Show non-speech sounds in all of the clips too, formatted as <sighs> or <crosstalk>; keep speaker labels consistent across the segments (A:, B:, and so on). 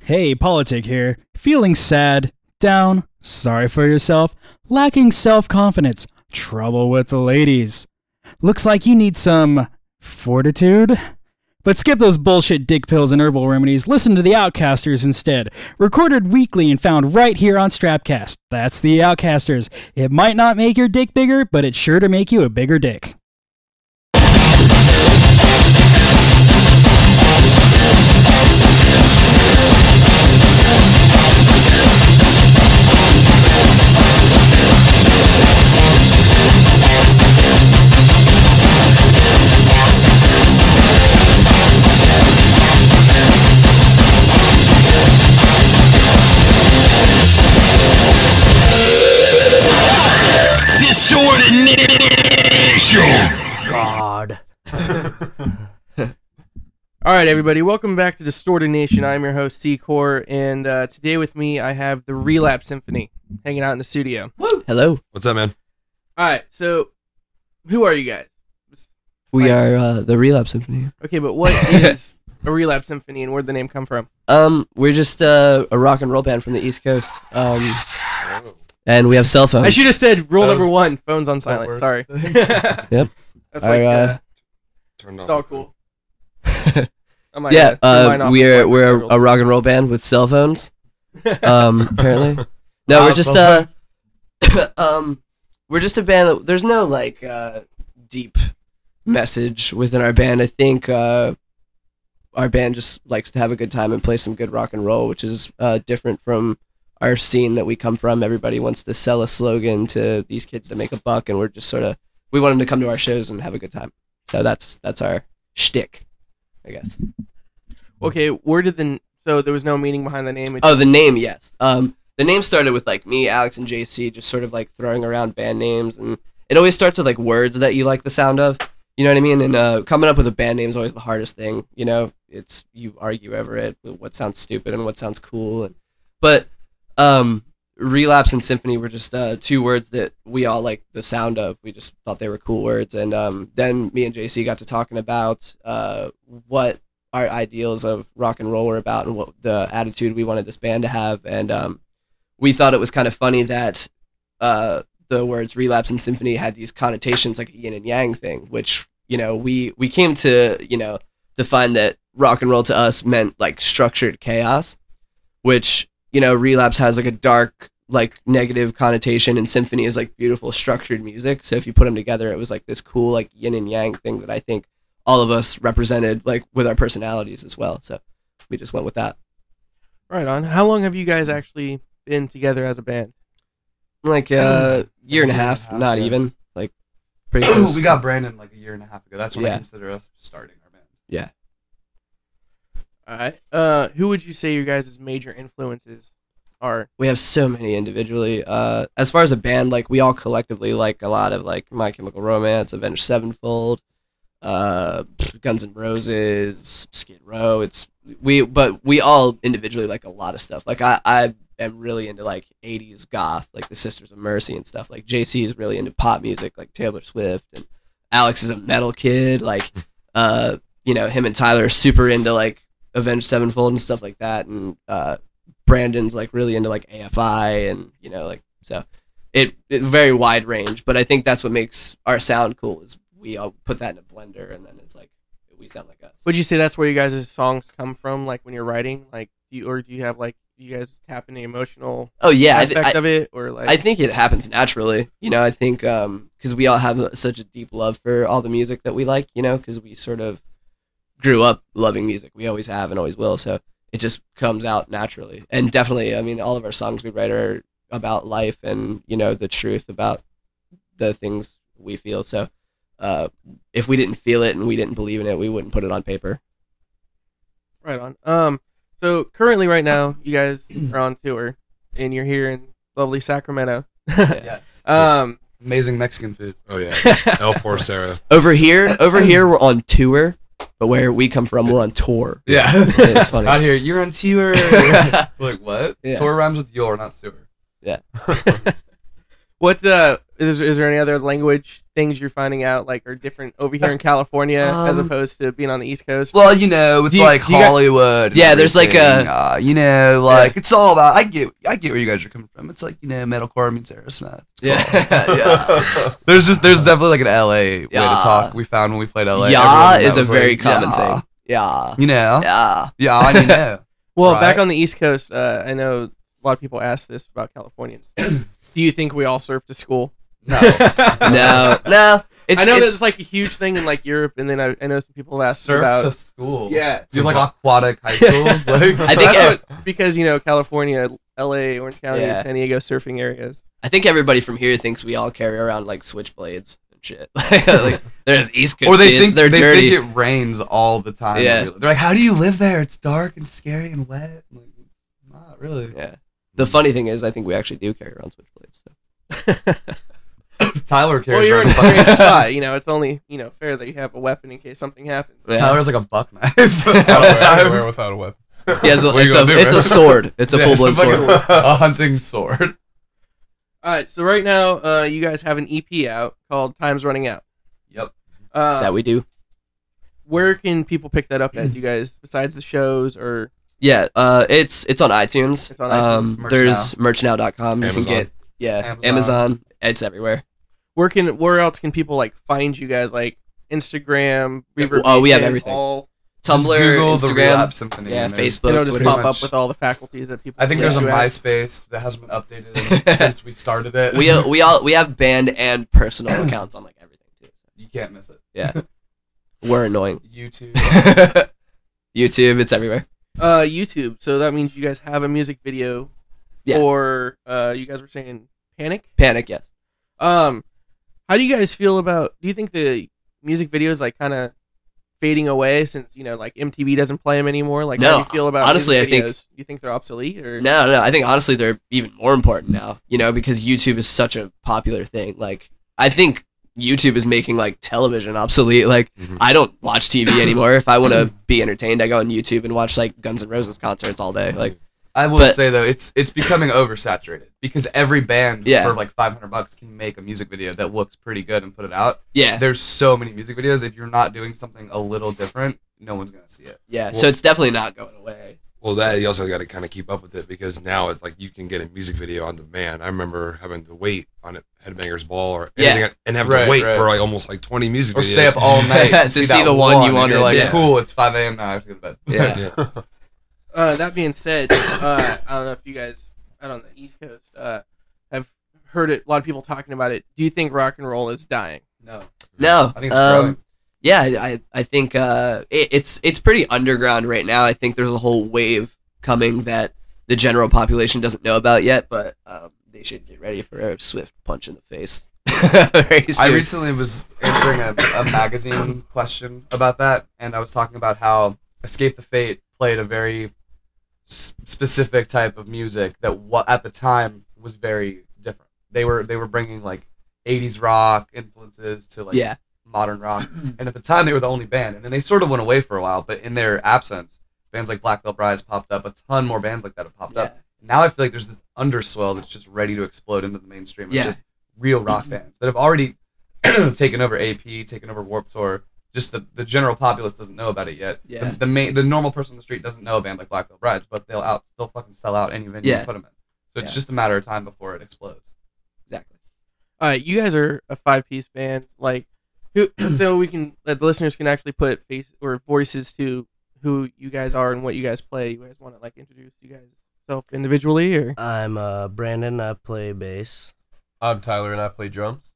A: Hey, politic here. Feeling sad, down, sorry for yourself, lacking self confidence, trouble with the ladies. Looks like you need some fortitude. But skip those bullshit dick pills and herbal remedies. Listen to The Outcasters instead. Recorded weekly and found right here on Strapcast. That's The Outcasters. It might not make your dick bigger, but it's sure to make you a bigger dick.
B: Distorted Nation!
A: God.
C: All right, everybody, welcome back to Distorted Nation. I'm your host, T Core, and uh, today with me I have the Relapse Symphony hanging out in the studio. All
D: Hello.
E: What's up, man?
C: right, so who are you guys?
D: We
C: Like-
D: are uh, the Relapse Symphony.
C: Okay, but
D: <laughs>
C: what is a Relapse Symphony and where'd the name come from?
D: Um, we're just uh, a rock and roll band from the East Coast. Um, and we have cell phones.
C: I should have said rule
E: That was-
C: number one phones on silent.
E: works.
C: Sorry. <laughs>
D: <laughs>
C: yep. That's
D: Our,
C: like, uh,
D: uh,
E: Turned
C: it's all
D: <laughs>
C: cool. I'm not
D: yeah,
C: gonna- mine
D: uh,
C: off
D: we
C: before
D: are
C: I
D: we're
C: get
D: a rock and roll band with cell phones.
C: <laughs>
D: Um, apparently, no, we're just uh, <coughs> um, we're just a band. That, there's no like uh, deep message within our band. I think uh, our band just likes to have a good time and play some good rock and roll, which is uh, different from our scene that we come from. Everybody wants to sell a slogan to these kids to make a buck, and we're just sort of we want them to come to our shows and have a good time. So that's that's our shtick, I guess.
C: Okay, where did the so there was no meaning behind the name? It
D: Oh,
C: just-
D: the name, yes. Um, the name started with like me, Alex, and JC, just sort of like throwing around band names, and it always starts with like words that you like the sound of. You know what I mean? And uh, coming up with a band name is always the hardest thing. You know, it's you argue over it, what sounds stupid and what sounds cool. And, but um, relapse and symphony were just uh, two words that we all like the sound of. We just thought they were cool words. And um, then me and JC got to talking about uh, what our ideals of rock and roll were about and what the attitude we wanted this band to have. And um, we thought it was kind of funny that uh, the words relapse and symphony had these connotations like a yin and yang thing, which you know we we came to you know define that rock and roll to us meant like structured chaos, which you know relapse has like a dark like negative connotation and symphony is like beautiful structured music so if you put them together it was like this cool like yin and yang thing that i think all of us represented like with our personalities as well. So we just went with that.
C: right on. How long have you guys actually been together as a band?
D: Like uh, year and a half, not
F: Um, yeah.
D: even like pretty
F: <clears throat>
D: close.
F: we got Brandon like a year and a half ago. That's when
D: Yeah.
F: I consider us starting our band.
C: All right. Uh, who would you say your guys' major influences are?
D: we have so many individually. Uh, as far as a band, like we all collectively like a lot of like My Chemical Romance, Avenged Sevenfold, uh, Guns N' Roses, Skid Row. It's we, but we all individually like a lot of stuff. Like I, I am really into like '80s goth, like the Sisters of Mercy and stuff. Like JC is really into pop music, like Taylor Swift, and Alex is a metal kid. Like, uh, you know, him and Tyler are super into like Avenged Sevenfold and stuff like that, and uh. Brandon's like really into like AFI and you know like so it, it very wide range, but I think that's what makes our sound cool is we all put that in a blender and then it's like we sound like us.
C: Would you say that's where you guys' songs come from? Like when you're writing, like do you or do you have like you guys tap into emotional
D: oh yeah, I, thi-
C: aspect
D: I-
C: of it, or like
D: I think it happens naturally. You know, I think because we all have a- such a deep love for all the music that we like. You know, because we sort of grew up loving music. We always have and always will. So it just comes out naturally. And definitely, I mean, all of our songs we write are about life and you know the truth about the things we feel. So uh, if we didn't feel it and we didn't believe in it, we wouldn't put it on paper.
C: right on? Um, so currently, right now, you
D: <clears throat>
C: guys are on tour, and you're here in lovely Sacramento.
F: <laughs> Yes.
C: Um,
F: Amazing Mexican food. <laughs>
E: Oh yeah, El Porcero.
D: Over here, over here, we're on tour, but where we come from, we're on tour.
F: Yeah.
D: It's funny.
F: <laughs> Out here, you're on <laughs> tour. like what?
D: Yeah.
F: Tour rhymes with your, not sewer.
C: What uh, is is there any other language things you're finding out like are different over here in California as
D: Uh, Um,
C: opposed to being on the East Coast?
F: Well, you know, with
C: Do you-
F: like
C: do you got-
F: Hollywood. and
D: Yeah, there's like
F: everything, uh, you know, like it's all about. I get, I get where you guys are coming from. It's like you know, metalcore means Aerosmith.
D: Yeah.
F: <laughs>
D: yeah.
F: There's just there's definitely like an LA way
D: Yeah.
F: to talk. We found when we played LA.
D: Yeah
F: Everyone
D: is a
F: was
D: very
F: like,
D: common
F: "Yeah."
D: thing. Yeah.
F: You know, yeah,
D: Yeah.
F: and you <laughs> know,
C: Well, back
F: Right.
C: on the East Coast, uh, I know a lot of people ask this about
F: <clears throat>
C: Californians. Do you think we all surf to
F: <laughs>
C: school?
F: no.
D: No. No. It's,
C: I know
D: it's,
C: that's like a huge thing in like Europe, and then I, I know some people ask
F: surf
C: about
F: to school.
C: yeah,
F: do like aquatic
D: <laughs>
F: high schools. like,
D: I think
C: That's
D: ev-
C: what- because you know California, L.A., Orange County,
D: Yeah.
C: San Diego surfing areas.
D: I think everybody from here thinks we all carry around like switchblades and shit. <laughs> like, there's East Coast
F: or they
D: kids,
F: think
D: they're
F: they
D: dirty.
F: think it rains all the time.
D: Yeah.
F: they're like, how do you live there? It's dark and scary and wet. I'm like, not really.
D: yeah. The funny thing is, I think we actually do carry around switchblades. So.
F: Tyler
C: Well,
F: carries.
C: you're in a <laughs>
F: around a fucking- <laughs>
C: strange spot. You know, it's only you know fair that you have a weapon in case something happens.
D: Yeah.
F: Tyler's like a buck knife. <laughs>
E: How do I
F: Tyler-
E: wear without a weapon?
D: He has a-
E: What are you
D: it's, a,
E: gonna do,
D: it's a
E: man?
D: sword. It's a
F: <laughs> Yeah,
D: full blown
F: it's like
D: sword.
F: a- a hunting sword.
C: All right, so right now uh, you guys have an EP out called "Time's Running Out."
F: Yep.
C: Uh,
D: that we do.
C: where can people pick that up at? You guys, besides the shows, or
D: Yeah, uh, it's it's on iTunes.
C: It's on
D: um,
F: iTunes. Merch
D: there's merchnow.com. You
E: Amazon.
D: can get yeah,
F: Amazon.
D: Amazon. It's everywhere.
C: where can where else can people like find you guys? Like Instagram, Reverb.
D: Oh, we have
C: Nation,
D: everything.
C: All
D: <laughs>
F: Just
D: Tumblr,
F: Google the
D: Instagram.
F: Relapse Symphony
D: yeah,
F: and there's-
D: Facebook.
C: it'll just
D: Twitter.
C: pop
F: much.
C: up with all the faculties that people.
F: I think there's a
C: Yeah.
F: MySpace that hasn't
D: <laughs>
F: been updated since we started it.
D: we uh, we all we have band and personal accounts on like everything too.
F: you can't miss it.
D: We're annoying.
F: YouTube.
D: <laughs> YouTube, it's everywhere.
C: uh, YouTube. So that means you guys have a music video
D: Yeah.
C: for uh, you guys were saying Panic.
D: Panic, yes.
C: Um, how do you guys feel about? Do you think the music video is like kind of fading away since you know like MTV doesn't play them anymore? Like, how
D: No,
C: do you feel about
D: honestly,
C: music
D: I think-
C: videos? you think they're obsolete or
D: No, no, I think honestly they're even more important now. You know, because YouTube is such a popular thing. Like, I think YouTube is making like television obsolete. Like,
E: Mhm.
D: I don't watch TV anymore. if I want to be entertained, I go on YouTube and watch like Guns N' Roses concerts all day. Like,
F: I will
D: But-
F: say though, it's it's becoming oversaturated because every band
D: Yeah.
F: for like 500 bucks can make a music video that looks pretty good and put it out.
D: yeah,
F: There's so many music videos. If you're not doing something a little different, no one's gonna see it.
D: yeah. so it's definitely not going away.
E: Well, that you also got to kind of keep up with it because now it's like you can get a music video on demand. I remember having to wait on it, Headbangers Ball or
D: Yeah.
E: anything, and have
F: Right,
E: to wait
F: right.
E: for like almost like twenty music
F: Or
E: videos.
F: stay
D: <laughs>
F: up all night to,
D: To
F: see,
D: see
F: that
D: the one you
F: and You're
D: wanted.
F: like,
E: Yeah.
F: cool. It's 5 a.m. now. I have to go to bed.
D: Yeah.
E: <laughs> Yeah.
C: Uh, that being said, <coughs> uh, I don't know if you guys out on the East Coast uh, have heard it, a lot of people talking about it. Do you think rock and roll is dying?
F: <laughs> no,
D: No,
F: I think it's
D: um,
F: growing.
D: yeah, I I- I think uh, it, it's it's pretty underground right now. I think there's a whole wave coming that the general population doesn't know about yet, but um, they should get ready for a swift punch in the face. <laughs> Very
F: I
D: soon.
F: recently was answering a, a magazine question about that, and I was talking about how Escape the Fate played a very s- specific type of music that wa- at the time was very different. They were they were bringing like 80s rock influences to like
D: yeah,
F: modern rock, and at the time they were the only band, and then they sort of went away for a while. But in their absence, bands like Black Veil Brides popped up. A ton more bands like that have popped up. Now I feel like there's this underswell that's just ready to explode into the mainstream. of
D: Yeah.
F: just real rock fans that have already <clears throat> taken over AP, taken over Warp Tour. Just the, the general populace doesn't know about it yet. The-
D: Yeah.
F: The, main the normal person on the street doesn't know a band like Black Veil Brides, but they'll out they'll fucking sell out any venue
D: Yeah.
F: you put them in. So it's
D: Yeah.
F: just a matter of time before it explodes.
D: exactly.
C: Uh, you guys are a five piece band, like who, <coughs> so we can that the listeners can actually put face or voices to who you guys are and what you guys play. You guys want to like introduce you guys self individually or
G: I'm uh, Brandon. I play bass.
H: I'm Tyler and I play drums.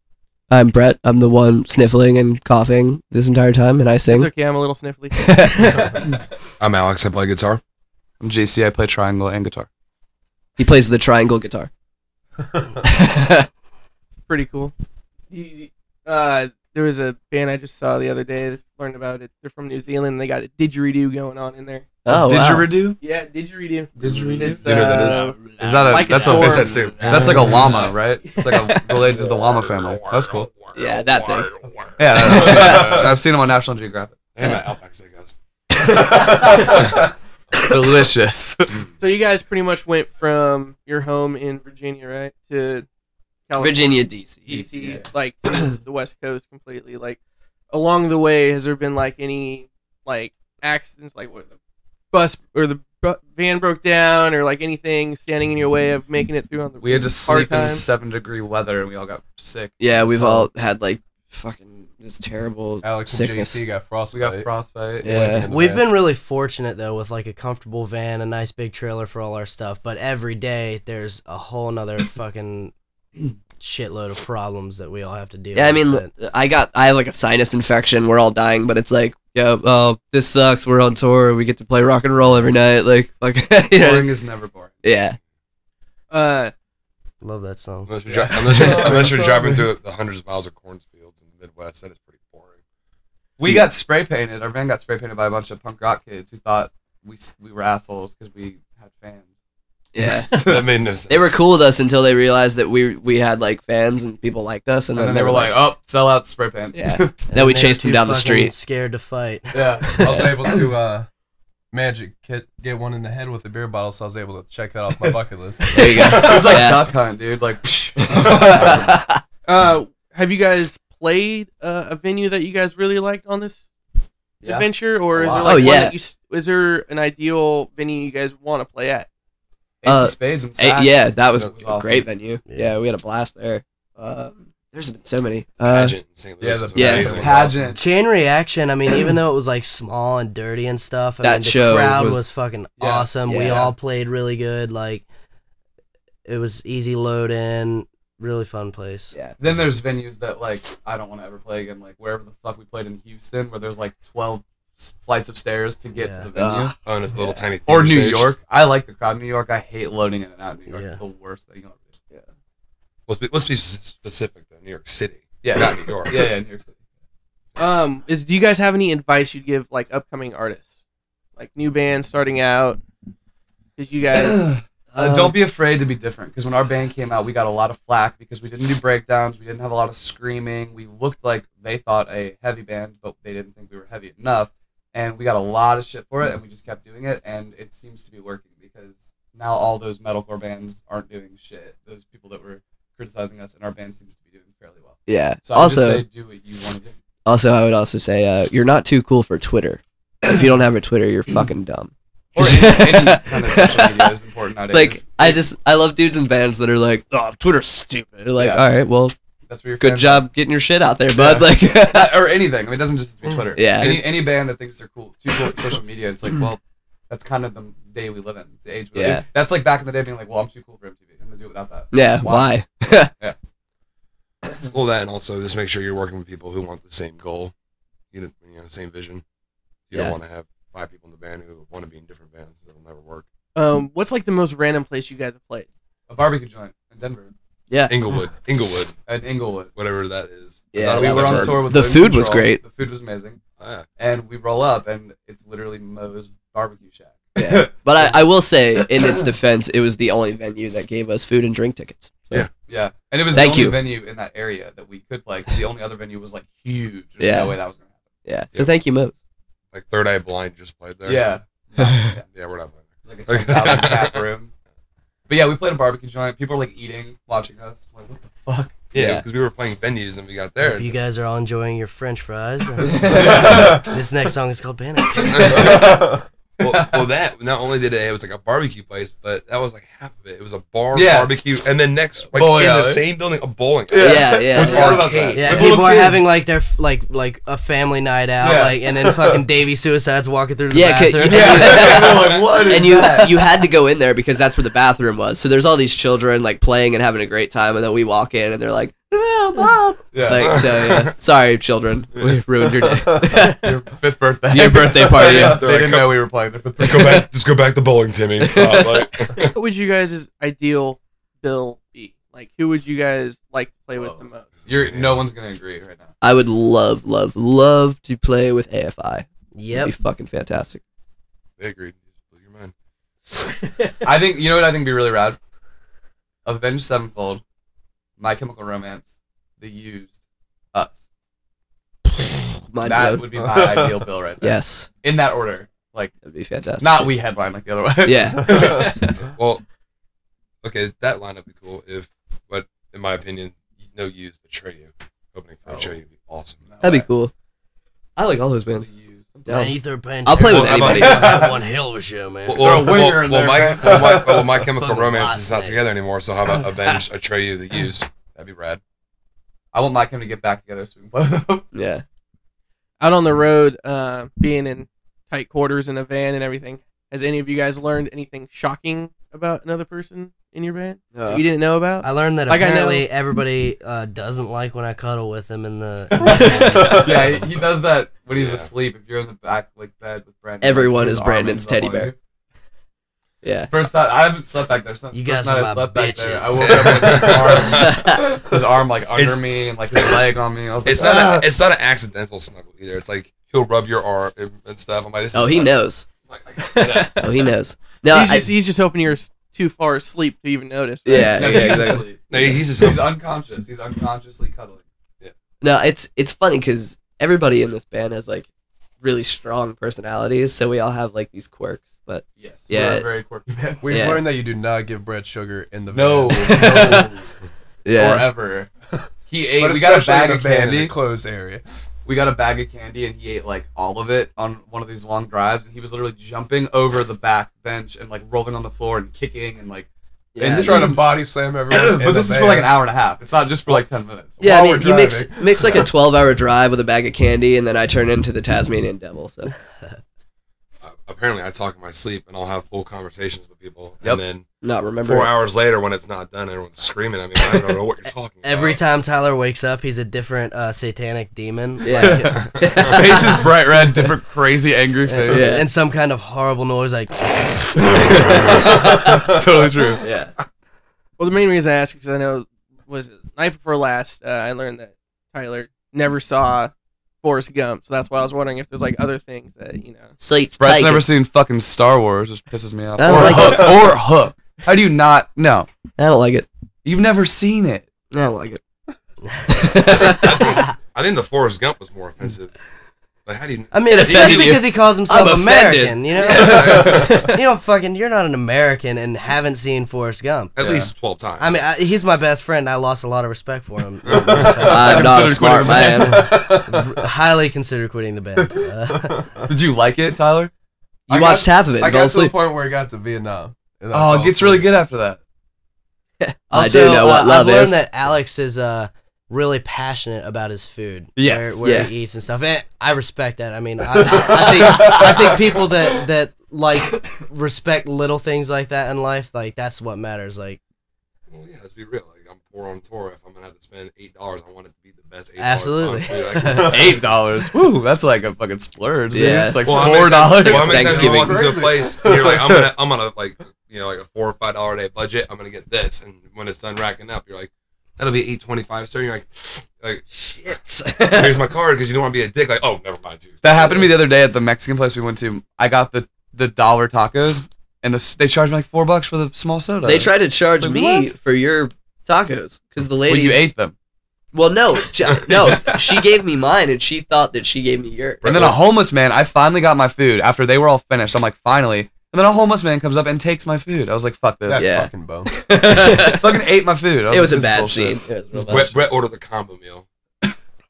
D: I'm Brett. I'm the one sniffling and coughing this entire time, and I
C: it's
D: sing.
C: okay. I'm a little sniffly.
F: <laughs>
E: I'm Alex. I play guitar.
F: I'm JC. I play triangle and guitar.
D: <laughs> he plays the triangle
F: <laughs>
D: guitar. Oh,
C: pretty cool. You- Uh, there was a band I just saw the other day. that Learned about it. They're from New Zealand. They got a didgeridoo going on in there.
D: Oh, wow.
F: Didgeridoo?
C: Yeah, didgeridoo.
F: Didgeridoo?
C: It's,
E: You know that is.
D: Um,
C: uh,
F: Is that a
C: Like a
F: that's
C: storm.
F: a is that too? That's like a llama, right? It's like a related to the llama family. That's cool.
D: Yeah, that thing.
F: Yeah,
E: <laughs>
F: I've seen, I've seen them on National Geographic.
E: And my Alpax,
F: <laughs>
E: I guess.
F: Delicious.
C: So you guys pretty much went from your home in Virginia, right, to California,
D: Virginia, DC.
C: DC, like to the <clears throat> West Coast completely. Like along the way, has there been like any like accidents, like what the bus or the bu- van broke down, or like anything standing in your way of making it through on the
F: We had to
C: hard
F: sleep in
C: time?
F: seven degree weather and we all got sick.
D: Yeah, we've
F: So,
D: all had like fucking this terrible
H: Alex and
D: sickness.
H: JC got
F: We
H: frostbite.
F: got frostbite.
D: Yeah.
H: Sleeping in the
G: We've
H: van.
G: been really fortunate though with like a comfortable van, a nice big trailer for all our stuff, but every day there's a whole
D: <coughs>
G: nother fucking shitload of problems that we all have to deal
D: Yeah, I
G: with.
D: mean,
G: that-
D: I got I have like a sinus infection. We're all dying, but it's like, yeah, oh, this sucks. We're on tour. We get to play rock and roll every night. Like, <laughs> like, you know,
F: Touring is never boring.
D: yeah.
C: Uh,
G: love that song.
E: Unless you're, dri- unless you're,
F: Yeah.
E: unless you're driving
F: <laughs>
E: through the hundreds of miles of cornfields in the Midwest, that is pretty
D: <laughs>
E: boring.
F: We got spray painted. Our van got spray painted by a bunch of punk rock kids who thought we s- we were assholes because we had fans.
D: Yeah,
E: That made no sense.
D: they were cool with us until they realized that we we had like fans and people liked us, and,
F: And, then they were like, "Oh, sell out spray paint." <laughs>
D: Yeah.
G: And
D: Then we
G: they're
D: chased him
G: too
D: down the
G: fucking
D: street.
G: Scared to fight.
F: yeah.
H: I was able to uh, magic kit, get one in the head with a beer bottle, so I was able to check that off my bucket list.
D: <laughs> there you go.
F: It was like
D: Yeah.
F: duck hunt, dude. Like,
H: <laughs>
C: uh, have you guys played uh, a venue that you guys really liked on this
F: yeah.
C: adventure, or is there like
D: Wow. Oh,
C: one
D: yeah.
C: that you s- is there an ideal venue you guys want to play at?
F: Ace
D: Uh,
F: of Spades and
D: Eh,
F: Sash.
D: yeah, that was,
F: That was
D: a
F: awesome.
D: great venue. Yeah.
G: Yeah.
D: we had a blast there. Uh, there's been so many. Uh,
E: Pageant in St. Louis
H: yeah, the
E: was
D: yeah, the
E: amazing.
F: pageant.
G: Chain reaction. I mean, even though it was like small and dirty and stuff, I
D: That
G: mean, the
D: show
G: crowd
D: was-
G: was, fucking
F: Yeah.
G: awesome. We
D: Yeah.
G: all played really good. Like, it was easy load in. Really fun place.
D: yeah,
F: Then there's venues that like I don't want to ever play again. Like wherever the fuck we played in Houston, where there's like twelve s- flights of stairs to get
G: Yeah.
F: to the venue.
D: Ugh.
E: Oh, and it's a little tiny
F: or
E: theater
F: New
E: stage.
F: York. I like the crowd. in New York. I hate loading in and out. of New York
G: Yeah.
F: It's the worst thing. You know.
E: Let's be, let's be s- specific though. New York City,
F: Yeah.
E: not New York.
F: Yeah, yeah, New York City.
C: Um, is do you guys have any advice you'd give like upcoming artists, like new bands starting out? Because you guys,
F: Uh,
D: Um,
F: don't be afraid to be different because when our band came out, we got a lot of flack because we didn't do breakdowns, we didn't have a lot of screaming. We looked like they thought a heavy band, but they didn't think we were heavy enough, and we got a lot of shit for it. And we just kept doing it, and it seems to be working because now all those metalcore bands aren't doing shit. Those people that were criticizing us and our band seems to be doing fairly well.
D: yeah.
F: So I would just
D: also,
F: say do what you want to do.
D: also, I would also say uh, you're not too cool for Twitter. if you don't have a Twitter, you're fucking
F: <clears throat>
D: dumb.
F: Or any, any kind of social media is important
D: <laughs>
F: nowadays.
D: Like I just I love dudes and bands that are like,
H: Uh,
D: oh, Twitter's stupid. Like,
F: Yeah.
D: all right, well,
F: that's where your
D: good
F: fans
D: job getting your shit out there, bud. <laughs>
F: Yeah.
D: Like,
F: <laughs> or anything. I mean, it doesn't just have to be Twitter.
D: Mm. Yeah.
F: Any any band that thinks they're cool, too cool for social media, it's like, well, that's kind of the day we live in, the age we live
D: Yeah.
F: in. That's like back in the day being like, well, I'm too cool for MTV. I'm gonna do it without that.
D: yeah,
F: Wow.
D: why?
E: Well, that and also just make sure you're working with people who want the same goal, you know, you know same vision. You
D: Yeah.
E: don't want to have five people in the band who want to be in different bands. It'll never work.
C: um, what's like the most random place you guys have played?
F: A barbecue joint in Denver
E: Inglewood, Inglewood,
F: and Inglewood.
E: whatever that is.
D: Yeah,
E: That
F: we
E: was
F: were on
E: hard.
F: tour with
D: The
F: Load
D: food was
F: Control.
D: great.
F: The food was amazing,
E: Ah,
F: and we roll up, and it's literally Moe's barbecue shack.
D: Yeah. But I, I will say, in its defense, it was the only venue that gave us food and drink tickets.
F: Yeah, and it was
D: Thank
F: the only
D: you.
F: venue in that area that we could play. 'cause The only other venue was like huge. There's
D: Yeah.
F: no way that was gonna happen.
D: Yeah. So thank you, Mo.
F: <laughs>
E: like Third Eye Blind just played there.
F: Yeah. Yeah.
E: <laughs>
F: yeah.
E: yeah, we're not playing.
F: It was like
D: <laughs>
F: a 10,000 cap room. But yeah, we played a barbecue joint. People were like eating, watching us. Like, what the fuck?
E: there. Yeah,
D: Yeah.
E: because we were playing venues and we got
G: Hope
E: there. <laughs>
G: you
E: and-
G: guys are all enjoying your French fries.
D: <laughs>
F: <laughs> yeah.
G: this next song is called Panic.
E: <laughs> well, well, that not only did it, it was like a barbecue place, but that was like half of it. It was a bar
F: Yeah.
E: barbecue, and then next, like
F: Bowling
E: in the
F: alley.
E: same building, a bowling. alley.
D: Yeah,
F: I
D: yeah.
F: forgot about that.
G: Yeah,
E: With
G: people
E: little
G: are
E: kids.
G: having like their f- like like a family night out,
F: Yeah.
G: like, and then
D: <laughs>
G: fucking Davy Suicide's walking through the
D: Yeah, 'cause-
G: bathroom.
D: yeah.
F: People were like, what
D: <laughs>
F: is
D: And you <laughs>
F: that?
D: you had to go in there because that's where the bathroom was. So there's all these children like playing and having a great time, and then we walk in and they're like, "Ah, Mom.
F: Yeah.
D: Like so, yeah.
F: <laughs>
D: Sorry, children, we ruined your day.
F: your fifth birthday.
D: Your birthday party.
F: yeah, they
E: They're like,
F: didn't
E: come-
F: know we were playing. their <laughs> fifth
E: <laughs> Just
F: birthday.
E: go back. Just go back to bowling, Timmy. <laughs> Stop. Like,
C: What would you guys' ideal bill be? Like, who would you guys like to play
D: Oh.
C: with the most?
F: You're, no one's going to agree right now.
D: I would love, love, love to play with AFI. It'd be
G: <laughs> Yep.
D: fucking fantastic.
E: they agreed. Just blew your mind.
D: <laughs>
F: I think, you know what I think would be really rad? Avenged Sevenfold, My Chemical Romance, The Used, Us.
D: Mind
F: that
D: blown.
F: would be my ideal bill
D: <laughs>
F: right there.
D: yes,
F: In that order. Like,
D: that'd be fantastic.
F: not we headline like the <laughs> other way.
D: Yeah.
E: Well, okay, that lineup would be cool if, but in my opinion, no use betray you. Opening for betray you would be awesome.
D: That'd be cool. I like all those bands. Down.
G: Man, Ether Penn.
D: I'll play with
G: Jackson,
D: anybody. <laughs>
E: <laughs>
G: That one hell of a show, man.
E: Well,
F: Throw a
E: well, well,
F: winger in
E: well,
F: there,
E: my,
F: man.
E: well, my,
F: <laughs>
E: well, my chemical
G: Fucking
E: romance
G: lost
E: is not
G: it.
E: together anymore. So how about avenge betray you the used? That'd be rad.
F: I want Mike him to get back together so we can play with <laughs> him.
D: Yeah.
C: out on the road, uh, being in tight quarters in a van and everything. Has any of you guys learned anything shocking about another person in your band
D: Uh,
C: that you didn't know about?
G: I learned that
C: Like, I know-
G: apparently everybody uh, doesn't like when I cuddle with them in the.
F: <laughs>
D: <laughs>
F: yeah, he, he does that when he's
E: Yeah.
F: asleep. If you're in the back like bed with Brandon,
D: Everyone
F: his
D: is
F: arm
D: Brandon's
F: ends up
D: teddy
F: on
D: bear.
F: you.
D: Yeah.
F: First time I haven't slept back there since
G: You
F: you
G: guys
F: first night
G: are my
F: I slept back there. I woke
E: bitches.
F: up with his
D: <laughs>
F: arm, his arm like under
E: It's-
F: me and like his leg on me. I was like,
E: It's not.
H: Uh.
F: "Ah."
E: A, it's not an accidental snuggle either. It's like he'll rub your arm and, and stuff. I'm like, this
D: Oh,
E: is
D: he
E: like-
D: knows. Oh, he knows. No,
C: he's
D: I-
C: just he's just hoping you're s- too far asleep to even notice. right? <laughs>
D: yeah,
F: No,
D: yeah,
F: he's
D: exactly.
F: asleep.
E: No, he's just.
F: He's unconscious. He's unconsciously cuddling.
D: No, it's it's funny because everybody in this band has like really strong personalities, so we all have like these quirks. But
F: Yes.
D: Yeah.
F: We're a very quirky band.
H: We've
D: Yeah.
H: learned that you do not give Brett sugar in the
F: No,
H: van.
F: <laughs> no,
D: yeah,
F: <laughs> forever. He ate.
H: But
F: we got a
H: especially
F: bag
H: in
F: of
H: a van in
F: candy.
H: a closed area.
F: we got a bag of candy and he ate like all of it on one of these long drives and he was literally jumping over the back bench and like rolling on the floor and kicking and like
D: yeah.
F: and
H: He's
F: this
H: trying
F: is-
H: to body
F: <clears throat>
H: slam everyone.
F: <coughs> but this is for like an hour and a half it's not just for like 10 minutes
D: yeah,
H: while
D: I mean,
H: we're
D: you mix
H: driving. <laughs>
D: mix like a twelve-hour drive with a bag of candy, and then I turn into the Tasmanian devil. So
E: uh, apparently, I talk in my sleep and I'll have full conversations with people,
F: Yep.
E: and then
D: not remember.
E: four hours later, when it's not done, everyone's screaming at me. I don't know what you're talking.
G: Every
E: about.
G: time Tyler wakes up, he's a different uh, satanic demon.
D: <laughs> Yeah.
F: <laughs> face is bright red different crazy angry face
D: Yeah.
G: And some kind of horrible noise like
F: <laughs> it's totally true
D: yeah,
C: Well, the main reason I asked is 'cause I know was it night before last uh, I learned that Tyler never saw Forrest Gump, so that's why I was wondering if there's like other things that you know.
D: slate's
F: Brett's
D: tight.
F: never seen fucking Star Wars which pisses me off
D: I don't
F: or,
D: like
F: Hook, or Hook how do you not no
D: I don't like it.
F: you've never seen it
D: I don't like it.
E: I think the Forrest Gump was more offensive. Like, how do you?
G: I mean,
D: It
G: especially
D: offended you.
G: because he calls himself
D: I'm offended.
G: American.
D: <laughs>
G: You know, you don't fucking. You're not an American and haven't seen Forrest Gump.
E: At
F: Yeah.
E: least twelve times.
G: I mean, I, he's my best friend. I lost a lot of respect
D: <laughs>
G: for him.
D: I'm not a
F: considered
D: smart
F: quitting.
H: <laughs>
D: man.
G: Highly consider quitting the band.
D: <laughs>
G: Uh,
F: <laughs> did you like it Tyler
D: You
H: I
D: watched
H: got-
D: half of it.
H: I
D: and fell
H: got to the
D: asleep.
H: point where I got to Vietnam. and I
F: oh
H: fell
F: it gets really
H: asleep.
F: good after that
D: I
G: also,
D: do know what
G: uh,
D: love
G: I've learned
D: is.
G: that Alex is uh, really passionate about his food.
F: Yes.
G: where, where
D: Yeah.
G: he eats and stuff. And I respect that. I mean, I, I, I think I
D: <laughs>
G: think people that that like respect little things like that in life, like that's what matters. Like.
E: well, yeah, let's be real. Like, I'm poor on tour. If I'm gonna have to spend eight dollars, I want it to be the best eight dollars.
F: <laughs>
G: Absolutely.
F: Eight dollars. Woo, that's like a fucking splurge. Dude.
D: Yeah.
F: It's like
E: Well, how many
F: four dollars.
E: times- Well, how many times you
D: Thanksgiving.
E: walk into a place and you're like, I'm gonna, I'm gonna like, you know, like a four or five dollar a day budget. I'm gonna get this, and when it's done racking up, you're like, that'll be eight twenty five, sir. And you're like, <sniffs> like, here's my card because you don't want to be a dick. Like, oh, never mind, dude.
F: That happened to me the other day at the Mexican place we went to. I got the the dollar tacos, and the, s- they charged me like four bucks for the small soda.
D: They tried to charge
F: Like,
D: me
F: what?
D: for your tacos because the
F: Well,
D: lady
F: you ate them,
D: Well, no, j- no. She gave me mine, and she thought that she gave me yours.
F: and then a homeless man. I finally got my food after they were all finished. I'm like, finally. And then a homeless man comes up and takes my food. I was like, fuck this.
H: That
D: Yeah.
H: fucking bum.
D: it
F: <laughs> Fucking ate my food. I
D: was a
F: like, this is
D: bad scene.
F: bullshit.
D: It was real bad.
E: Brett, Brett ordered the combo meal,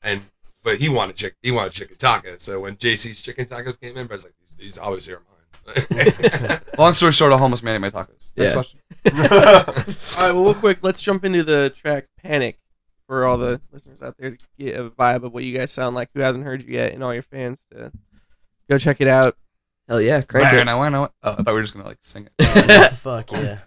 E: and but he wanted chick, he wanted chicken tacos. So when JC's chicken tacos came in, Brett's like, these obviously are
F: <laughs>
E: mine.
F: Long story short, a homeless man ate my tacos.
D: Yeah.
H: <laughs>
F: question.
C: All right, well, real quick, let's jump into the track "Panic" for all the listeners out there to get a vibe of what you guys sound like, who hasn't heard you yet, and all your fans to go check it out.
D: Hell yeah,
F: Right.
D: crank it.
F: I went, I went. Oh, I thought we were just gonna like sing it.
G: Fuck yeah.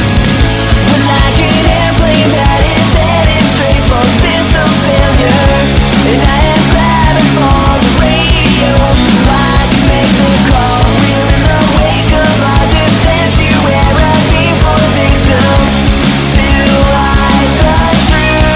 I: Like an airplane that is headed straight for system failure, and I am grabbing for the radio so I can make the call. We're in the wake of our sanctuary for victim to hide the truth.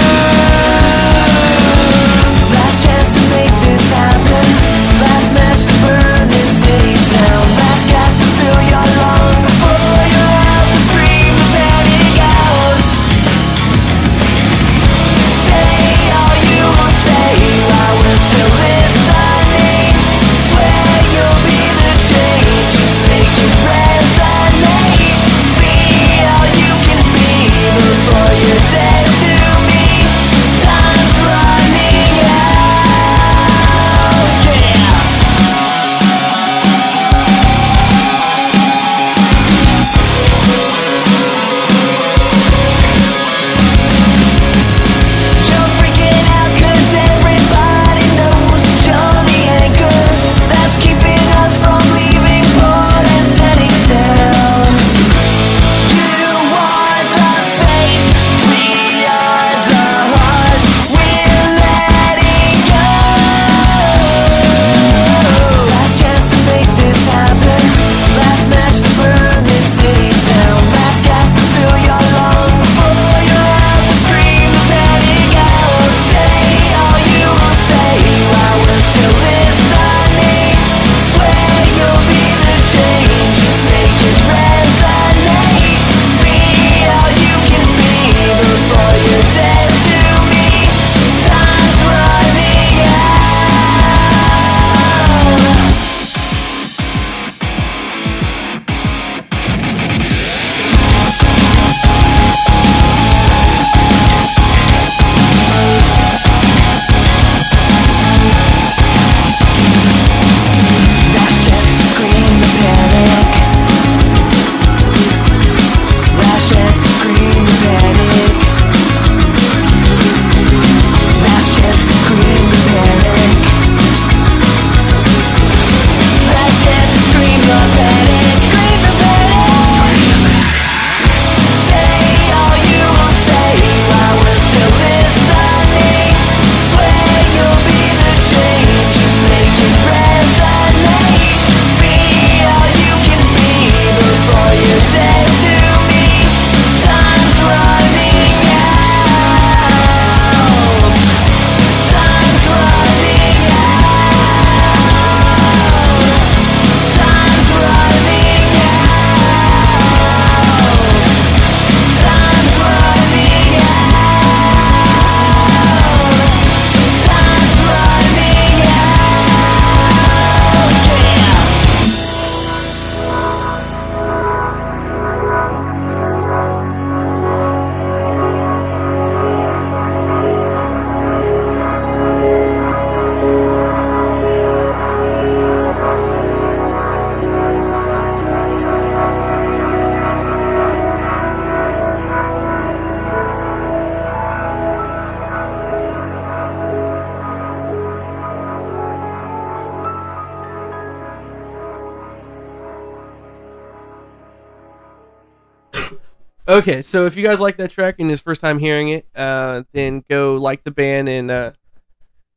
C: Okay, so if you guys like that track and it's first time hearing it, uh, then go like the band and uh,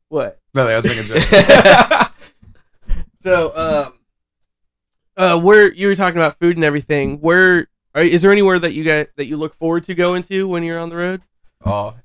C: what?
H: Nothing. I was making a joke.
C: <laughs> so, um, uh, where you were talking about food and everything, where are, is there anywhere that you got that you look forward to going to when you're on the road?
F: Oh,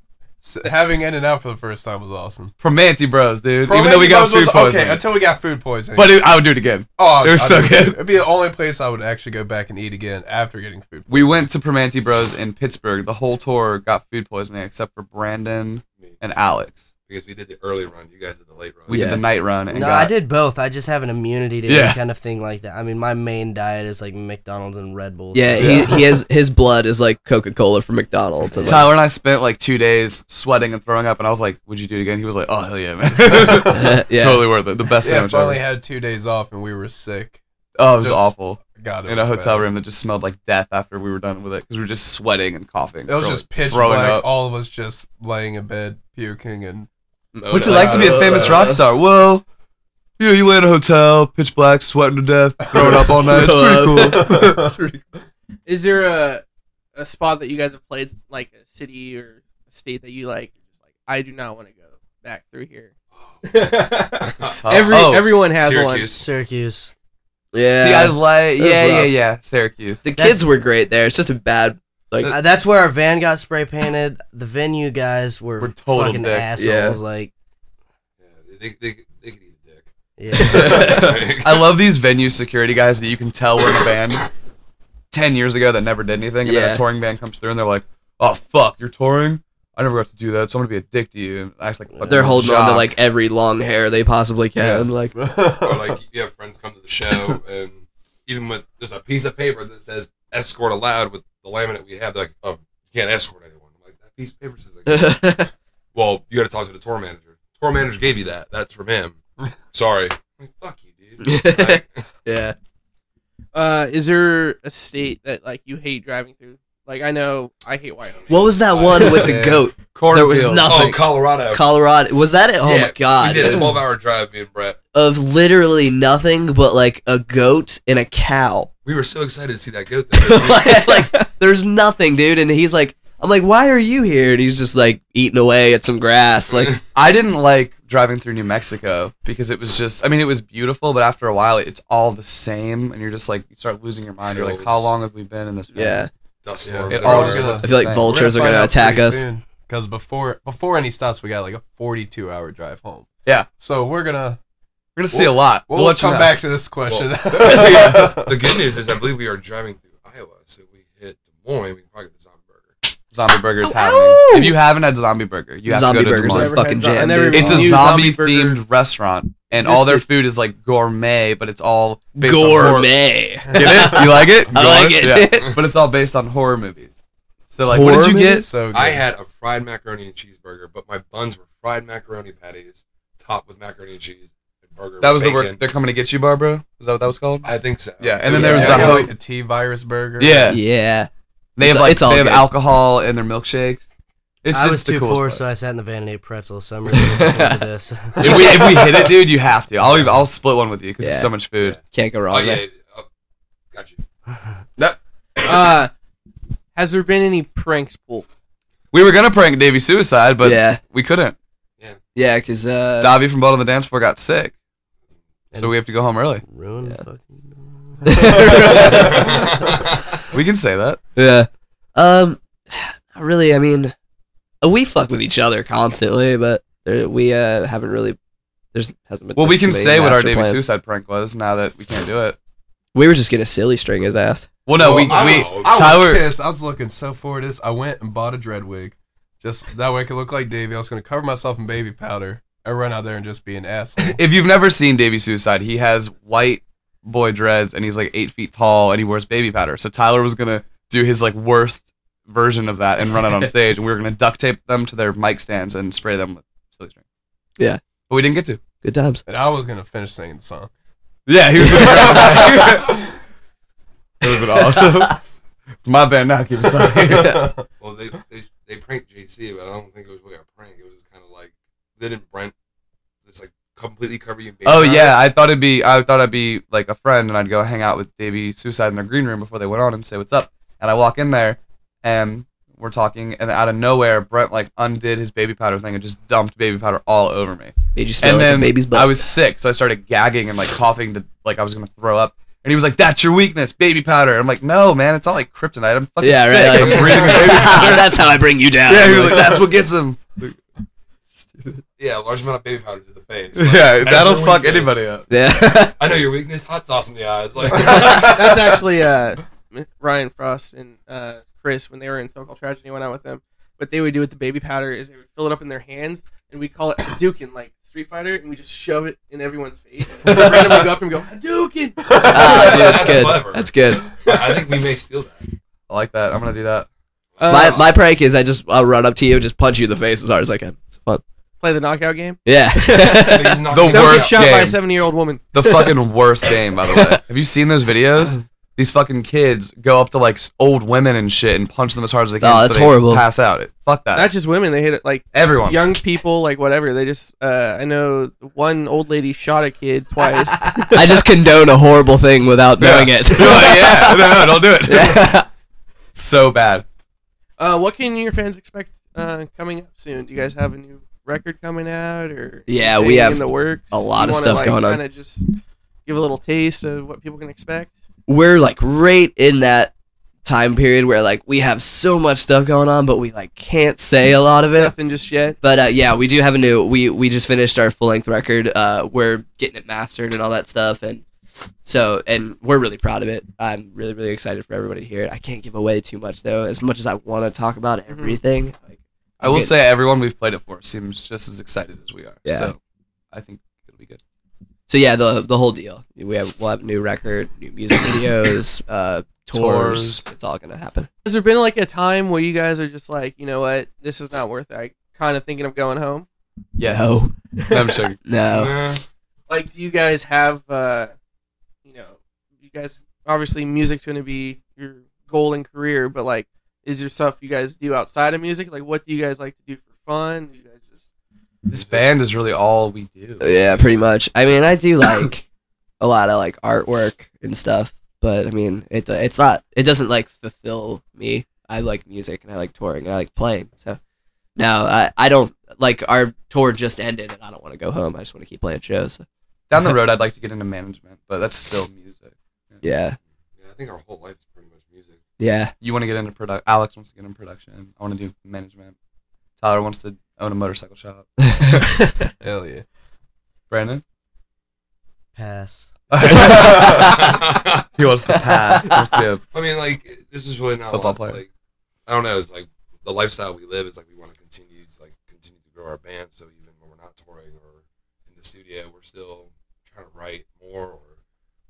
F: s- having In and Out for the first time was awesome.
H: Promanti Bros, dude. Even though we got
F: Promanti Bros
H: food
F: was-
H: poisoning,
F: okay, until we got food poisoning.
H: but it, I would do it again.
F: oh,
H: it was
F: I'd
H: so
F: do
H: good.
F: It'd be the only place I would actually go back and eat again after getting food.
H: We went to Promanti Bros in Pittsburgh. The whole tour got food poisoning except for Brandon and Alex.
E: because we did the early run. You guys did the late run.
H: We
D: Yeah.
H: did the night run and
G: No,
H: got
G: I did both. I just have an immunity to
H: Yeah.
G: any kind of thing like that. I mean, my main diet is like McDonald's and Red Bulls.
D: Yeah, he, he has his blood is like Coca Cola from McDonald's. And like,
H: Tyler and I spent like two days sweating and throwing up, and I was like, "Would you do it again?" He was like, "Oh hell yeah, <laughs>
G: <laughs>
H: man!
D: Yeah.
H: Totally worth it. The best
F: Yeah,
H: sandwich
F: finally
H: ever."
F: had two days off and we were sick.
H: oh, it was
F: just-
H: awful.
F: God, it
H: In a
F: was
H: hotel
F: bad.
H: room that just smelled like death after we were done with it because we were just sweating and coughing.
F: It was
H: throwing-
F: just pitch
H: throwing
F: black.
H: up.
F: All of us just laying in bed puking and.
H: What's it like to be a famous rock star? Well, you know, you lay in a hotel, pitch black, sweating to death, throwing up all night.
F: <laughs>
H: It's pretty cool.
C: Is there a a spot that you guys have played like a city or a state that you like? Just like I do not want to go back through here. Every
H: oh,
C: everyone has
E: Syracuse.
G: Syracuse.
D: yeah,
H: See, I like,
D: was
H: yeah, yeah,
D: rough.
H: yeah, Syracuse.
D: the
G: That's-
D: kids were great there. It's just a bad like.
G: Uh, that's where our van got spray painted. The venue guys were,
H: Were total
G: fucking
H: dick,
G: assholes.
D: yeah.
G: Like,
E: Yeah, they, they, they could eat a dick.
G: yeah.
D: <laughs>
H: I love these venue security guys that you can tell were in a band ten years ago that never did anything, and then
D: Yeah.
H: a touring band comes through and they're like, "Oh fuck, you're touring? I never got to do that, so I'm gonna be a dick to you." And act like a fucking
D: They're holding on to
H: jock.
D: like every long hair they possibly can.
H: <laughs>
D: Like, <laughs>
E: <laughs> or like you have friends come to the show and even with there's a piece of paper that says escort allowed with the laminate we have they're like oh you can't escort anyone I'm like that piece of paper
D: <laughs>
E: says like well you got to talk to the tour manager tour manager gave you that that's
D: <laughs>
E: from him sorry I'm like fuck you dude Like,
D: yeah,
C: Uh, is there a state that like you hate driving through? Like I know I hate Wyoming.
D: what was that one with the
F: Yeah.
D: goat? There
H: Cornfield.
D: was
E: oh
D: <laughs> nothing.
E: Colorado
D: Colorado was that it? Oh
E: Yeah,
D: my god!
E: we did a 12 hour drive me and Brett
D: Of literally nothing but like a goat and a cow.
E: we were so excited to see that goat
D: <laughs>
H: <laughs>
D: like,
E: there.
D: like, there's nothing, dude. And he's like, I'm like, why are you here? And he's just like eating away at some
H: <laughs>
D: grass. Like,
H: I didn't like driving through New Mexico because it was just I mean it was beautiful, but after a while it's all the same and you're just like you start losing your mind. You're like,
E: Hills.
H: How long have we been in this room?"
D: yeah,
E: dust
F: Yeah.
E: storms
H: It all
E: everywhere.
H: just
E: <laughs>
F: We're
H: looks
D: I feel like
H: the same.
D: vulters are gonna attack us.
F: because before before any stops, we got like a forty-two hour drive home.
H: Yeah.
F: so we're gonna
H: We're gonna see a lot.
F: we'll,
H: We'll let you
F: come
H: know.
F: back to this question.
E: the good news is I believe we are driving through Iowa so we hit Des Moines we can probably get the zombie burger
H: Zombie burger
F: Oh,
H: is happening. If you haven't had zombie burger, you have
D: zombie
H: to go to
D: burgers
H: Des Moines.
C: Never
D: are fucking
C: had zo- I
D: jam.
C: never
D: dude.
C: even
H: It's a
C: New
H: zombie
C: zombie
H: themed restaurant, and all their food is like gourmet, but it's all based on horror-
D: gourmet.
H: Get it? You like it?
D: I like it.
H: Yeah. But it's all based on horror movies. So like, what
D: Horror
H: did you
D: movies?
H: get?
F: so good.
E: I had a fried macaroni and cheeseburger, but my buns were fried macaroni patties topped with macaroni and cheese and burger.
H: That was
E: with
H: the work.
E: bacon.
H: They're coming to get you, Barbara. Is that what that was called?
E: I think so.
H: Yeah, and then
E: It
H: there was
F: Yeah,
H: the
F: I got,
H: whole-
F: like the T virus burger.
H: Yeah.
D: yeah,
H: They
D: It's
H: have
D: all-
H: like
D: it's all
H: they have
D: good.
H: alcohol in their milkshakes. It's
G: I
H: it's
G: was
H: the
G: too
H: coolest
G: poor,
H: part.
G: so I sat in the van and ate pretzels. So I'm really looking forward to this. <laughs>
H: if we if we hit
D: <laughs>
H: it, dude, you have to. I'll even, I'll split one with you because
D: Yeah.
H: it's so much food.
D: can't go wrong.
E: Oh, yeah.
D: there.
E: yeah. Oh, got
H: <laughs>
E: you.
C: Uh, has there been any pranks pulled?
H: We were gonna prank Davey suicide, but
D: Yeah.
H: we couldn't.
D: Yeah, because uh,
H: Dobby from Bottom of the Dance Floor got sick, so we have to go home early.
G: Ruin fucking.
H: We can say that.
D: yeah, um, <sighs> not really, I mean, uh, we fuck with each other constantly, but there, we uh haven't really. There's hasn't been.
H: Well,
D: too-
H: we
D: too
H: can
D: many
H: say what our
D: master
H: Davey
D: plans.
H: suicide prank was now that we can't do it.
D: We were just gonna silly string his ass.
H: Well, no, we,
F: I
H: we
F: was, I was
H: Tyler.
F: pissed. I was looking so forward to this. I went and bought a dread wig, just that way I could look like Davey. I was gonna cover myself in baby powder. I run out there and just be an asshole.
H: If you've never seen Davey suicide, he has white boy dreads and he's like eight feet tall and he wears baby powder. So Tyler was gonna do his like worst version of that and run out on stage, and we were gonna duct tape them to their mic stands and spray them with silly string.
D: Yeah.
H: but we didn't get to.
D: Good times.
F: and I was gonna finish singing the song.
H: Yeah, he was. Gonna that. <laughs> it would have been awesome. It's my band now. Keep it
D: <laughs>
H: silent.
E: Well, they, they they pranked JC, but I don't think it was really a prank. It was just kind of like they didn't Brent just like completely cover you. in baby
H: Oh
E: powder.
H: yeah, I thought it'd be I thought I'd be like a friend and I'd go hang out with Davey Suicide in their green room before they went on and say what's up. And I walk in there
F: and we're talking, and out of nowhere, Brent like undid his baby powder thing and just dumped baby powder all over me.
D: Made you smell
F: And
D: like
F: then
D: a baby's butt.
F: I was sick, so I started gagging and like coughing to like I was gonna throw up. And he was like, "That's your weakness, baby powder." I'm like, "No, man, it's not like kryptonite. I'm fucking
D: yeah,
F: sick.
D: right. like-
F: I'm breathing baby powder."
D: <laughs> That's how I bring you down.
F: yeah, he was like, "That's what gets him."
E: Yeah, a large amount of baby powder to the
D: <laughs>
E: face. Like,
F: yeah,
E: that's
F: that'll
E: your
F: fuck
E: weakness.
F: anybody up. <laughs>
D: Yeah. <laughs>
E: I know your weakness, hot sauce in the eyes. Like, <laughs>
C: That's actually uh, Ryan Frost and uh, Chris when they were in So Called Tragedy went out with them. What they would do with the baby powder is they would fill it up in their hands and we call it Hadouken, like Street Fighter, and we just shove it in everyone's face. <laughs> And we'd randomly go up and go Hadouken.
D: Ah, dude, that's
E: That's
D: good.
E: clever.
D: That's good.
E: I think we may steal that.
F: I like that. I'm gonna
D: <laughs>
F: do that.
C: Uh,
D: my my prank is I just I'll run up to you, just punch you in the face as hard as I can. It's fun.
C: play the knockout game.
D: Yeah. <laughs>
E: But he's
F: The
E: not gonna-
C: Don't get
F: Worst
C: shot by a
F: game.
C: seven-year-old woman.
F: The fucking worst game, by the
D: <laughs>
F: way. Have you seen those videos? These fucking kids go up to like s- old women and shit and punch them as hard as they can.
D: Oh,
F: so
D: that's
F: they
D: horrible.
F: Pass out. It- Fuck that.
C: Not just women; they hit it like
F: Everyone.
C: young people, like whatever. They just, uh, I know one old lady shot a kid twice.
D: I just condone a horrible thing without knowing it.
F: <laughs> Oh, yeah. No, don't do it. <laughs> So bad.
C: uh, what can your fans expect uh, coming up soon? Do you guys have a new record coming out, or
D: Yeah,
C: anything
D: Uh, we have
C: in the works?
D: a lot
C: You
D: of
C: wanna,
D: stuff
C: like,
D: going on.
C: Kind of just give a little taste of what people can expect.
D: We're like right in that time period where like we have so much stuff going on, but we like can't say a lot of it.
C: Nothing just yet.
D: But uh, yeah, we do have a new. We we just finished our full length record. Uh, we're getting it mastered and all that stuff, and so and we're really proud of it. I'm really really excited for everybody to hear it. I can't give away too much though. As much as I want to talk about everything, like,
F: I will
D: Okay.
F: say everyone we've played it for seems just as excited as we are.
D: Yeah.
F: So I think it'll be good.
D: so yeah, the the whole deal. We have we'll have new record, new music videos, uh, tours.
F: Tours.
D: It's all gonna happen.
C: Has there been like a time where you guys are just like, you know what, this is not worth it? I kind of thinking of going home.
F: Yes.
D: No,
F: No, I'm joking.
D: <laughs> no.
H: <laughs>
E: Nah.
C: like do you guys have uh you know you guys obviously music's going to be your goal and career but like is there stuff you guys do outside of music like what do you guys like to do for fun you guys just
F: This band is really all we do.
D: Yeah, pretty much. I mean, I do like a lot of like artwork and stuff, but I mean, it it's not it doesn't like fulfill me. I like music and I like touring and I like playing. So now I I don't like our tour just ended and I don't want to go home. I just want to keep playing shows. So,
F: Down the road, I'd like to get into management, but that's still music.
D: yeah,
E: Yeah, I think our whole life is pretty much music.
D: yeah. <laughs>
F: You want to get into production. Alex wants to get into production. I want to do management. Tyler wants to own a motorcycle shop.
H: Hell yeah.
F: Brandon? <laughs>
G: Pass.
E: <laughs>
F: he wants to pass. He wants to be a-
E: I mean, like, this is really not
F: Football
E: a lot,
F: player.
E: Like, I don't know. It's like the lifestyle we live is like we want to continue to like continue to grow our band. So even when we're not touring or in the studio, we're still trying to write more or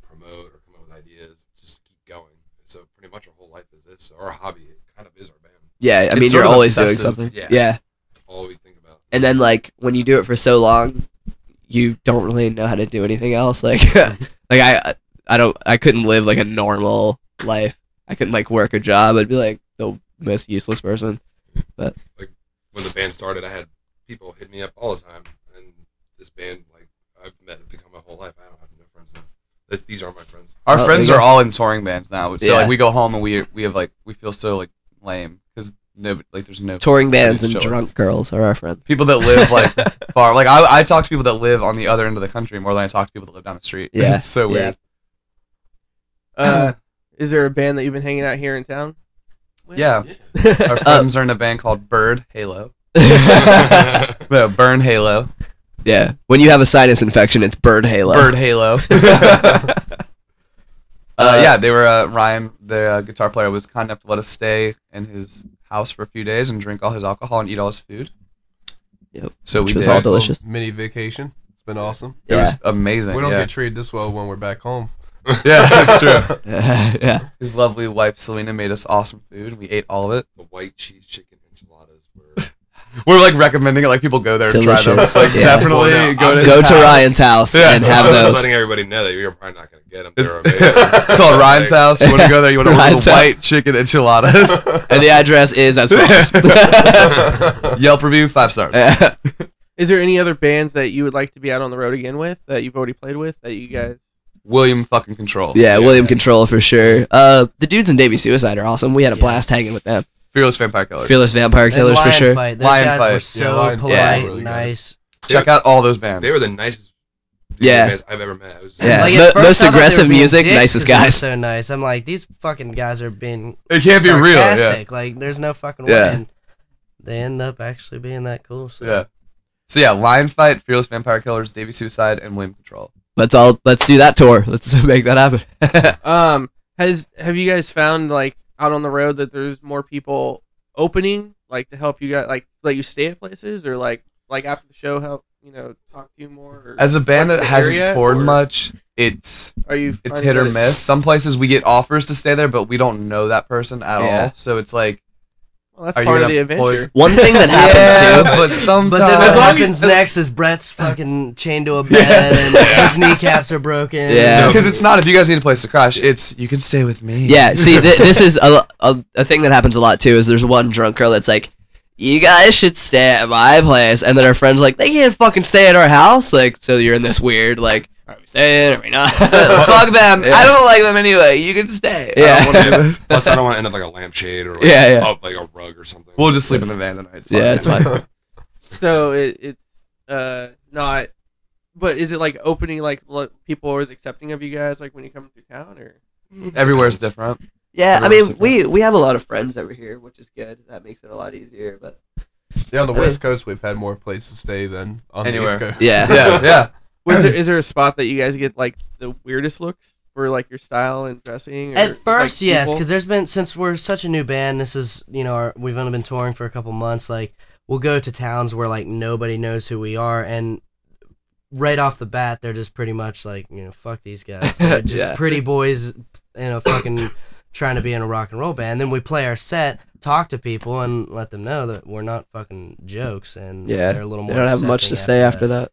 E: promote or come up with ideas. Just keep going. So pretty much our whole life is this. So our hobby it kind of is our band.
D: <laughs> Yeah, I
F: It's
D: mean,
F: sort
D: you're
F: of
D: always doing
F: obsessive.
D: something.
E: Yeah.
D: <laughs> yeah,
E: It's all we think about.
D: and then like when you do it for so long, you don't really know how to do anything else. <laughs> Like, like I, I don't, I couldn't live like a normal life. I couldn't like work a job. I'd be like the most useless person.
E: when the band started, I had people hit me up all the time, and this band like I've met and become my whole life. I don't have no friends now. This, these are my friends.
F: Our
D: Oh,
F: friends
D: there you
F: are all in touring bands now. So
D: Yeah.
F: like we go home and we we have like we feel so like lame because no like there's no
D: Touring bands and
F: Sure.
D: drunk girls are our
F: <laughs>
D: friends. <laughs>
F: people that live like far. Like I, I talk to people that live on the other end of the country more than I talk to people that live down the street.
D: Yeah.
F: <laughs> it's so weird.
C: uh
F: <clears throat>
C: is there a band that you've been hanging out here in town with?
F: Yeah.
D: Uh,
F: Our friends are in a band called Bird Halo.
D: yeah.
F: No, Burn Halo.
D: yeah. When you have a sinus infection, it's bird halo.
F: Bird Halo. uh, yeah, they were uh, Ryan, the uh, guitar player, was kind enough to let us stay in his house for a few days and drink all his alcohol and eat all his food.
D: Yep.
F: So
D: Which
F: we
D: was
F: did.
D: all
H: Nice little
D: delicious.
H: Mini vacation. It's been awesome.
F: It was amazing.
H: We don't
F: yeah.
H: get treated this well when we're back home.
F: <laughs> yeah,
H: <laughs>
F: that's true.
D: <laughs> yeah.
F: His lovely wife Selena made us awesome food. and We ate all of it.
E: the white cheese chicken enchiladas were
F: We're like recommending it. Like people go there to try them.
D: Delicious.
F: Like
D: Yeah.
F: definitely
E: Well, no,
F: go to
E: I'm-
F: his
D: Go to
F: house.
D: Ryan's house
F: Yeah.
D: and
F: <laughs>
D: have
E: I'm just
D: those.
E: letting everybody know that you're probably not gonna get them. They're amazing.
H: <laughs>
D: <laughs>
F: It's called Ryan's house. You want to go there? You want to order
D: Ryan's
F: the white chicken enchiladas?
D: <laughs> And the address is as follows. <laughs>
F: <laughs> Yelp review five stars.
C: is there any other bands that you would like to be out on the road again with that you've already played with that you guys
F: William fucking control.
D: Yeah, William Control for sure. Uh, the dudes in Davy Suicide are awesome. We had a blast hanging with them.
F: Fearless Vampire Killers.
D: Fearless Vampire
G: And
D: Killers for
G: Lion
D: sure.
G: Fight. Those
F: Lion
G: guys
F: Fight.
G: were
F: Yeah,
H: Lion
G: so
H: Fight
D: was
G: polite,
H: really good.
G: nice.
F: Check out all those bands.
E: They were the nicest
D: Yeah.
E: bands I've ever met. It was just-
D: Yeah.
G: Like,
D: Mo-
G: at first
D: most
G: I thought they were
D: aggressive
G: being
D: music,
G: dicks
D: nicest
G: 'cause they were
D: guys.
G: So nice. I'm like, these fucking guys are
C: <laughs>
G: being
F: it can't be real. Yeah.
G: sarcastic. Like, there's no fucking
D: Yeah.
G: way. And they end up actually being that cool. So.
F: Yeah. So yeah, Lion Fight, Fearless Vampire Killers, Davy Suicide, and William Control.
D: Let's all let's do that tour. Let's <laughs> make that happen.
C: Um, has have you guys found like out on the road that there's more people opening like to help you guys like let you stay at places or like like after the show help you know talk to you more? Or
F: As a band
C: What's
F: that
C: the
F: hasn't
C: area,
F: toured
C: or-
F: much, it's
C: are you
F: it's
C: finding
F: hit or
C: that
F: miss. Some places we get offers to stay there, but we don't know that person at
D: Yeah.
F: all. So it's like
C: Well, that's
F: Are you
C: part of
F: gonna
C: the
F: employ-
C: adventure.
D: One thing that
F: yeah,
D: happens too.
F: but sometimes
G: But then what
C: As long as-
G: happens
C: as-
G: next is Brett's fucking
D: <laughs>
G: chained to a bed and his kneecaps are broken.
D: Yeah.
F: because it's not if you guys need a place to crash, it's you can stay with me.
D: Yeah, see, th- this is a, lo- a a thing that happens a lot too. Is there's one drunk girl that's like, "You guys should stay at my place," and then her friends like, "They can't fucking stay at our house." Like, so you're in this weird like, "Are we staying? Are we not?" <laughs> Fuck <laughs> them. I don't like them anyway. You can stay.
E: I
D: <laughs>
E: don't
D: Yeah,
E: wanna- Plus, I don't want to end up like a lampshade or like,
D: Yeah, yeah.
E: up like a rug or something.
F: We'll just sleep in the van tonight. It's fine.
D: yeah, it's fine.
C: So it, it's uh not. But is it like opening like lo- people are accepting of you guys like when you come through town or?
F: Everywhere's different.
D: Yeah, I
F: Everyone's
D: mean, we we have a lot of friends over here, which is good. That makes it a lot easier. But
H: Yeah, on the West Coast, we've had more places to stay than on the East
F: Anywhere.
H: Coast.
D: yeah,
F: Yeah, yeah.
C: Was there is there a spot that you guys get like the weirdest looks for like your style and dressing? Or
G: At
C: just, like,
G: first, yes,
C: people?
G: because there's been since we're such a new band. This is you know our, we've only been touring for a couple months. Like we'll go to towns where like nobody knows who we are, and right off the bat, they're just pretty much like you know fuck these guys.
D: <laughs>
G: They're just
D: Yeah.
G: pretty boys in a fucking trying to be in a rock and roll band. Then we play our set, talk to people, and let them know that we're not fucking jokes, and
D: Yeah,
G: they're a little
D: They
G: more.
D: don't have much to
G: accepting
D: say after that.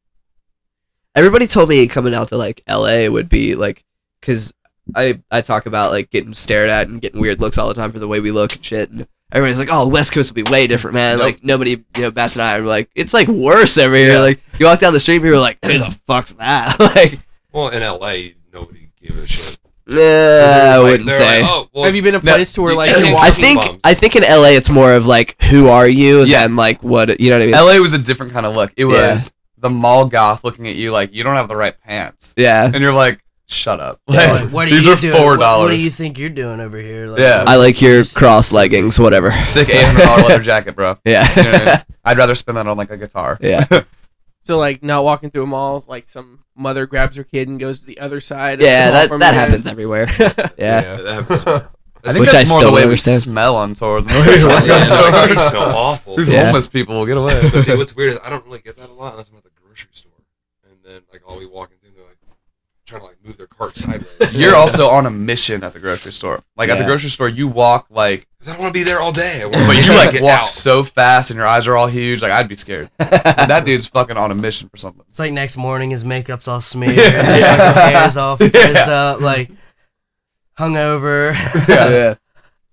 D: Everybody told me coming out to like LA would be like, cause I I talk about like getting stared at and getting weird looks all the time for the way we look and shit. And everybody's like, oh, the West Coast would be way different, man. Like nobody, you know, bats an eye. I'm like, it's like worse over here. Like you walk down the street, people are like, who the fuck's that? <laughs> like,
E: Well, in LA, nobody gave a shit.
D: nah, I
E: Like,
D: Uh, wouldn't
E: they're
D: say.
E: like, oh, well,
C: Have you been a
E: no,
C: place to where
E: you
C: like
E: can't
C: you're
E: go
D: I
E: walking
D: think
E: bums?
D: I think in LA it's more of like who are you
F: Yeah.
D: than like what you know what I mean.
F: LA was a different kind of look. It was
D: Yeah.
F: the mall goth looking at you like you don't have the right pants,
D: yeah,
F: and you're like, shut up.
G: Yeah,
F: Like,
G: like, what are
F: these
G: you
F: are
G: doing?
F: four
G: What- What, do
F: dollars.
G: you think you're doing over here? Like,
F: Yeah.
D: I like your
G: Just-
D: cross leggings, whatever. <laughs>
F: Sick eight hundred dollar leather jacket, bro. You know what I
D: Yeah,
F: mean? I'd rather spend that on like a guitar.
D: <laughs> yeah.
C: So like not walking through a mall, like some mother grabs her kid and goes to the other side. of the
D: Yeah,
C: mall
D: that
C: from
D: that
C: you.
D: happens everywhere. <laughs> Yeah.
E: Yeah,
H: <laughs>
E: that <laughs> happens.
F: I think
D: Which
F: that's
D: I
F: more
D: still
F: the
D: don't
F: way we
D: understand.
F: smell on <laughs> tour than the way we look
E: Yeah,
F: on
E: they're like,
F: tour.
E: "They smell awful.
F: These
D: Yeah.
F: homeless people will get away.
E: <laughs> But see, what's weird is I don't really get that a lot unless I'm at the grocery store, and then like I'll be walking through, they're like trying to like move their cart sideways.
F: You're also on a mission at the grocery store. Like at the
D: Yeah.
F: grocery store, you walk like,
E: 'Cause I don't want to be there all day. I wanna,
F: but you like
E: get
F: walk
E: out.
F: so fast, and your eyes are all huge. Like I'd be scared. that dude's fucking on a mission for something.
G: It's like next morning his makeup's all smeared,
F: Yeah.
G: his fucking hair's all
F: Yeah.
G: frizzed up, like hungover. <laughs>
F: Yeah,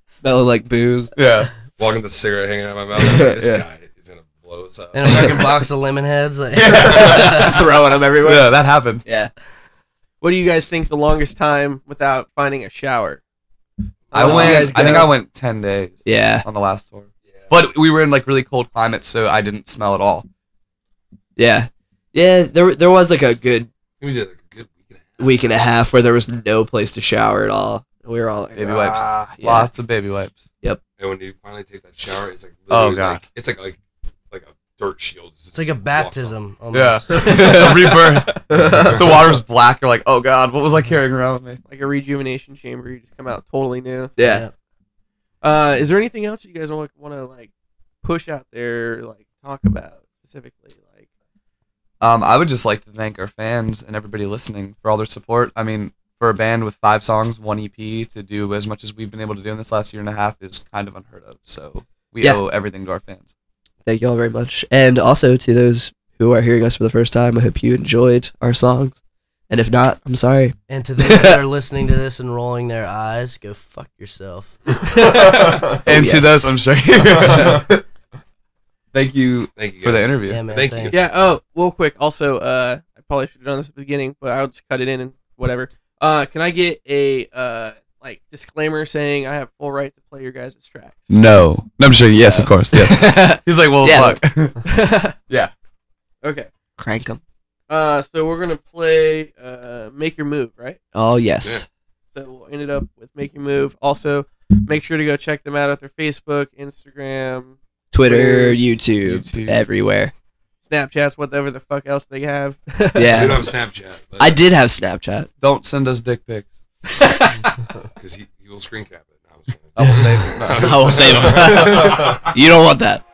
D: Smelling like booze.
F: yeah.
E: walking with the cigarette hanging out of
F: <laughs>
E: my mouth. I'm like, this
F: Yeah.
E: guy is gonna blow us up.
G: And a fucking box of lemon heads. Like,
D: Throwing them everywhere.
F: Yeah, that happened.
D: Yeah.
C: What do you guys think the longest time without finding a shower?
F: I
C: How long you
F: went.
C: guys
F: I think
C: go?
F: I went ten days
D: Yeah.
F: on the last tour. But we were in like really cold climates, so I didn't smell at all. <laughs>
D: Yeah. Yeah. There there was like a good
E: we did like a good week and a half.
D: week and a half where there was no place to shower at all. We were all like,
F: Baby wipes,
D: "Ah, yeah."
F: lots of baby wipes.
E: And when you finally take that shower, it's like
F: Oh,
E: literally,
F: God.
E: like, it's like like like a dirt shield.
G: it's like a baptism.
F: Yeah,
G: Almost.
F: A <laughs> rebirth. the water's black. You're like, oh god, what was I carrying around with me?
C: like a rejuvenation chamber. You just come out totally new.
D: Yeah.
C: Uh, is there anything else you guys want want to like push out there, like talk about specifically? Like,
F: Um, I would just like to thank our fans and everybody listening for all their support. I mean, for a band with five songs, one EP, to do as much as we've been able to do in this last year and a half is kind of unheard of. So we
D: Yeah.
F: owe everything to our
H: <laughs>
F: fans.
D: Thank you all very much. And also to those who are hearing us for the first time, I hope you enjoyed our songs. And if not, I'm sorry.
G: And to those that are listening to this and rolling their eyes, go fuck yourself.
J: Oh,
F: and to
D: yes.
F: those, I'm
J: <laughs>
F: sure. thank you
E: Thank you
F: for the
E: guys.
F: interview.
G: Yeah, man.
E: Thank you.
G: thanks.
C: yeah. Oh, real quick. Also, uh, I probably should have done this at the beginning, but I'll just cut it in and whatever. Uh, can I get a uh like disclaimer saying I have full right to play your guys' tracks.
J: No. No, I'm just joking. Yes, of course. Yes.
F: <laughs> He's like, well,
D: Yeah.
F: fuck. Yeah.
C: Okay.
D: Crank them.
C: Uh, so we're gonna play uh, "Make Your Move," right?
D: Oh yes.
C: So we'll end it up with "Make Your Move." Also, make sure to go check them out at their Facebook, Instagram,
D: Twitter,
C: Twitter,
D: YouTube,
F: YouTube.
D: everywhere.
C: Snapchats, whatever the fuck else they have.
E: We don't
D: Yeah.
E: have Snapchat, but <laughs>
D: I did have Snapchat.
F: Don't send us dick pics.
E: because he, he will screen cap it. No, I'm just kidding.
F: I will save
E: <laughs>
F: it.
E: I
D: I will save <laughs> it. you don't want that.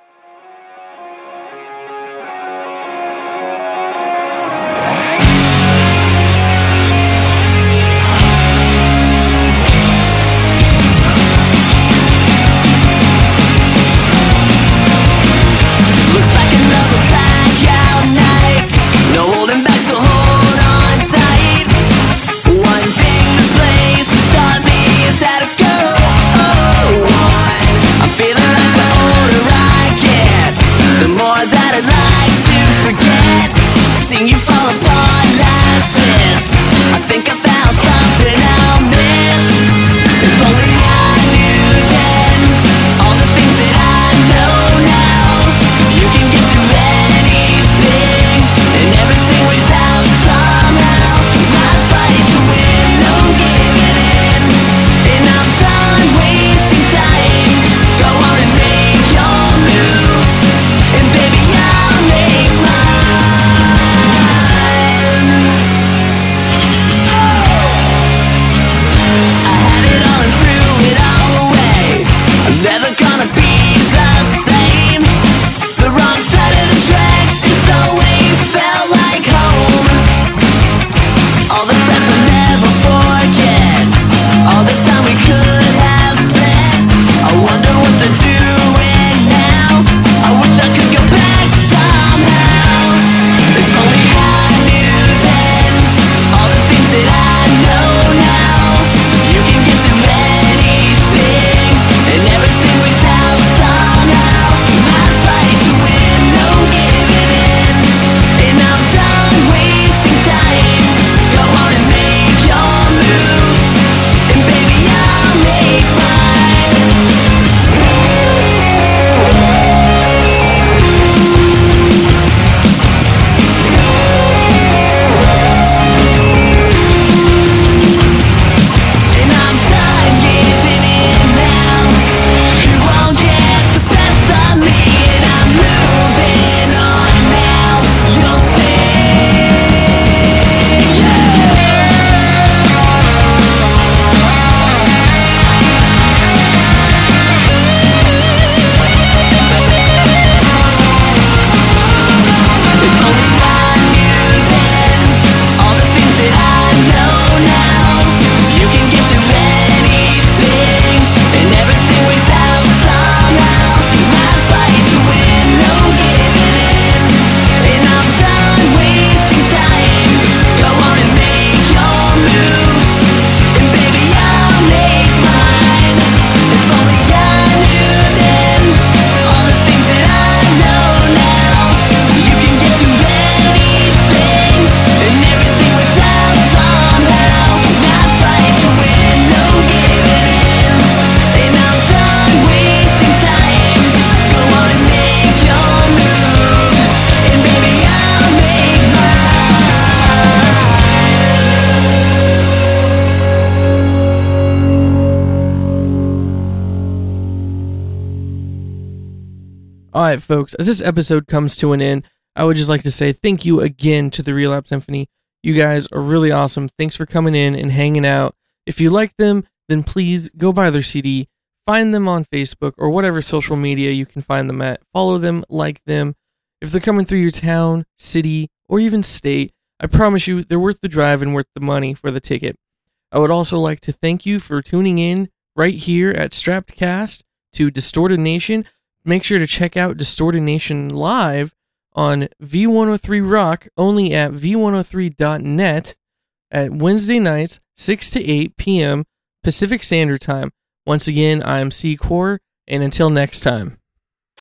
I: Looks like another blackout night. No holding back, so hold on tight. One thing this place has taught me is how to go on. oh, I'm feeling like the older I get, the more that I'd like to forget. Seeing you fall apart like this, I think I found something I'll miss. If only I knew then all the things that I know now. You can get through anything and everything without somehow. My fight to win, no giving in. And I'm done wasting time. Go on and make your move, and baby I'll make mine. Oh. I had it all and threw it all away. I'm never gonna be the same. The wrong side of the tracks just always felt like home. All the friends I'll never forget. All the time we could have spent. I wonder what they're doing now. I wish I could go back somehow. If only I knew then all the things that I know now. You can get through anything and everything without somehow. My fight to win, no giving in. And I'm done wasting time. Go on and make your move, and baby I'll make mine. And I'm done giving in now. You won't get the best of me, and I'm moving on now. You'll see. If only I knew then all the things that I know now. You can get through anything and everything without somehow. My fight to win, no giving in, and I'm done wasting time. Go on and make your move, and baby I'll make mine. If only I knew then all the things that I know now. You can get through anything and everything without somehow. My fight to win, no giving in, and I'm done wasting time. Go on and make your move, and baby I'll make mine.
C: All right, folks. As this episode comes to an end, I would just like to say thank you again to the Relapse Symphony. You guys are really awesome. Thanks for coming in and hanging out. If you like them, then please go buy their CD. Find them on Facebook or whatever social media you can find them at. Follow them, like them. If they're coming through your town, city, or even state, I promise you they're worth the drive and worth the money for the ticket. I would also like to thank you for tuning in right here at Strappedcast to Distorted Nation make sure to check out Distorted Nation live on V103 Rock only at v103.net at Wednesday nights 6 to 8 p.m. Pacific Standard Time. Once again, I am C Core and until next time.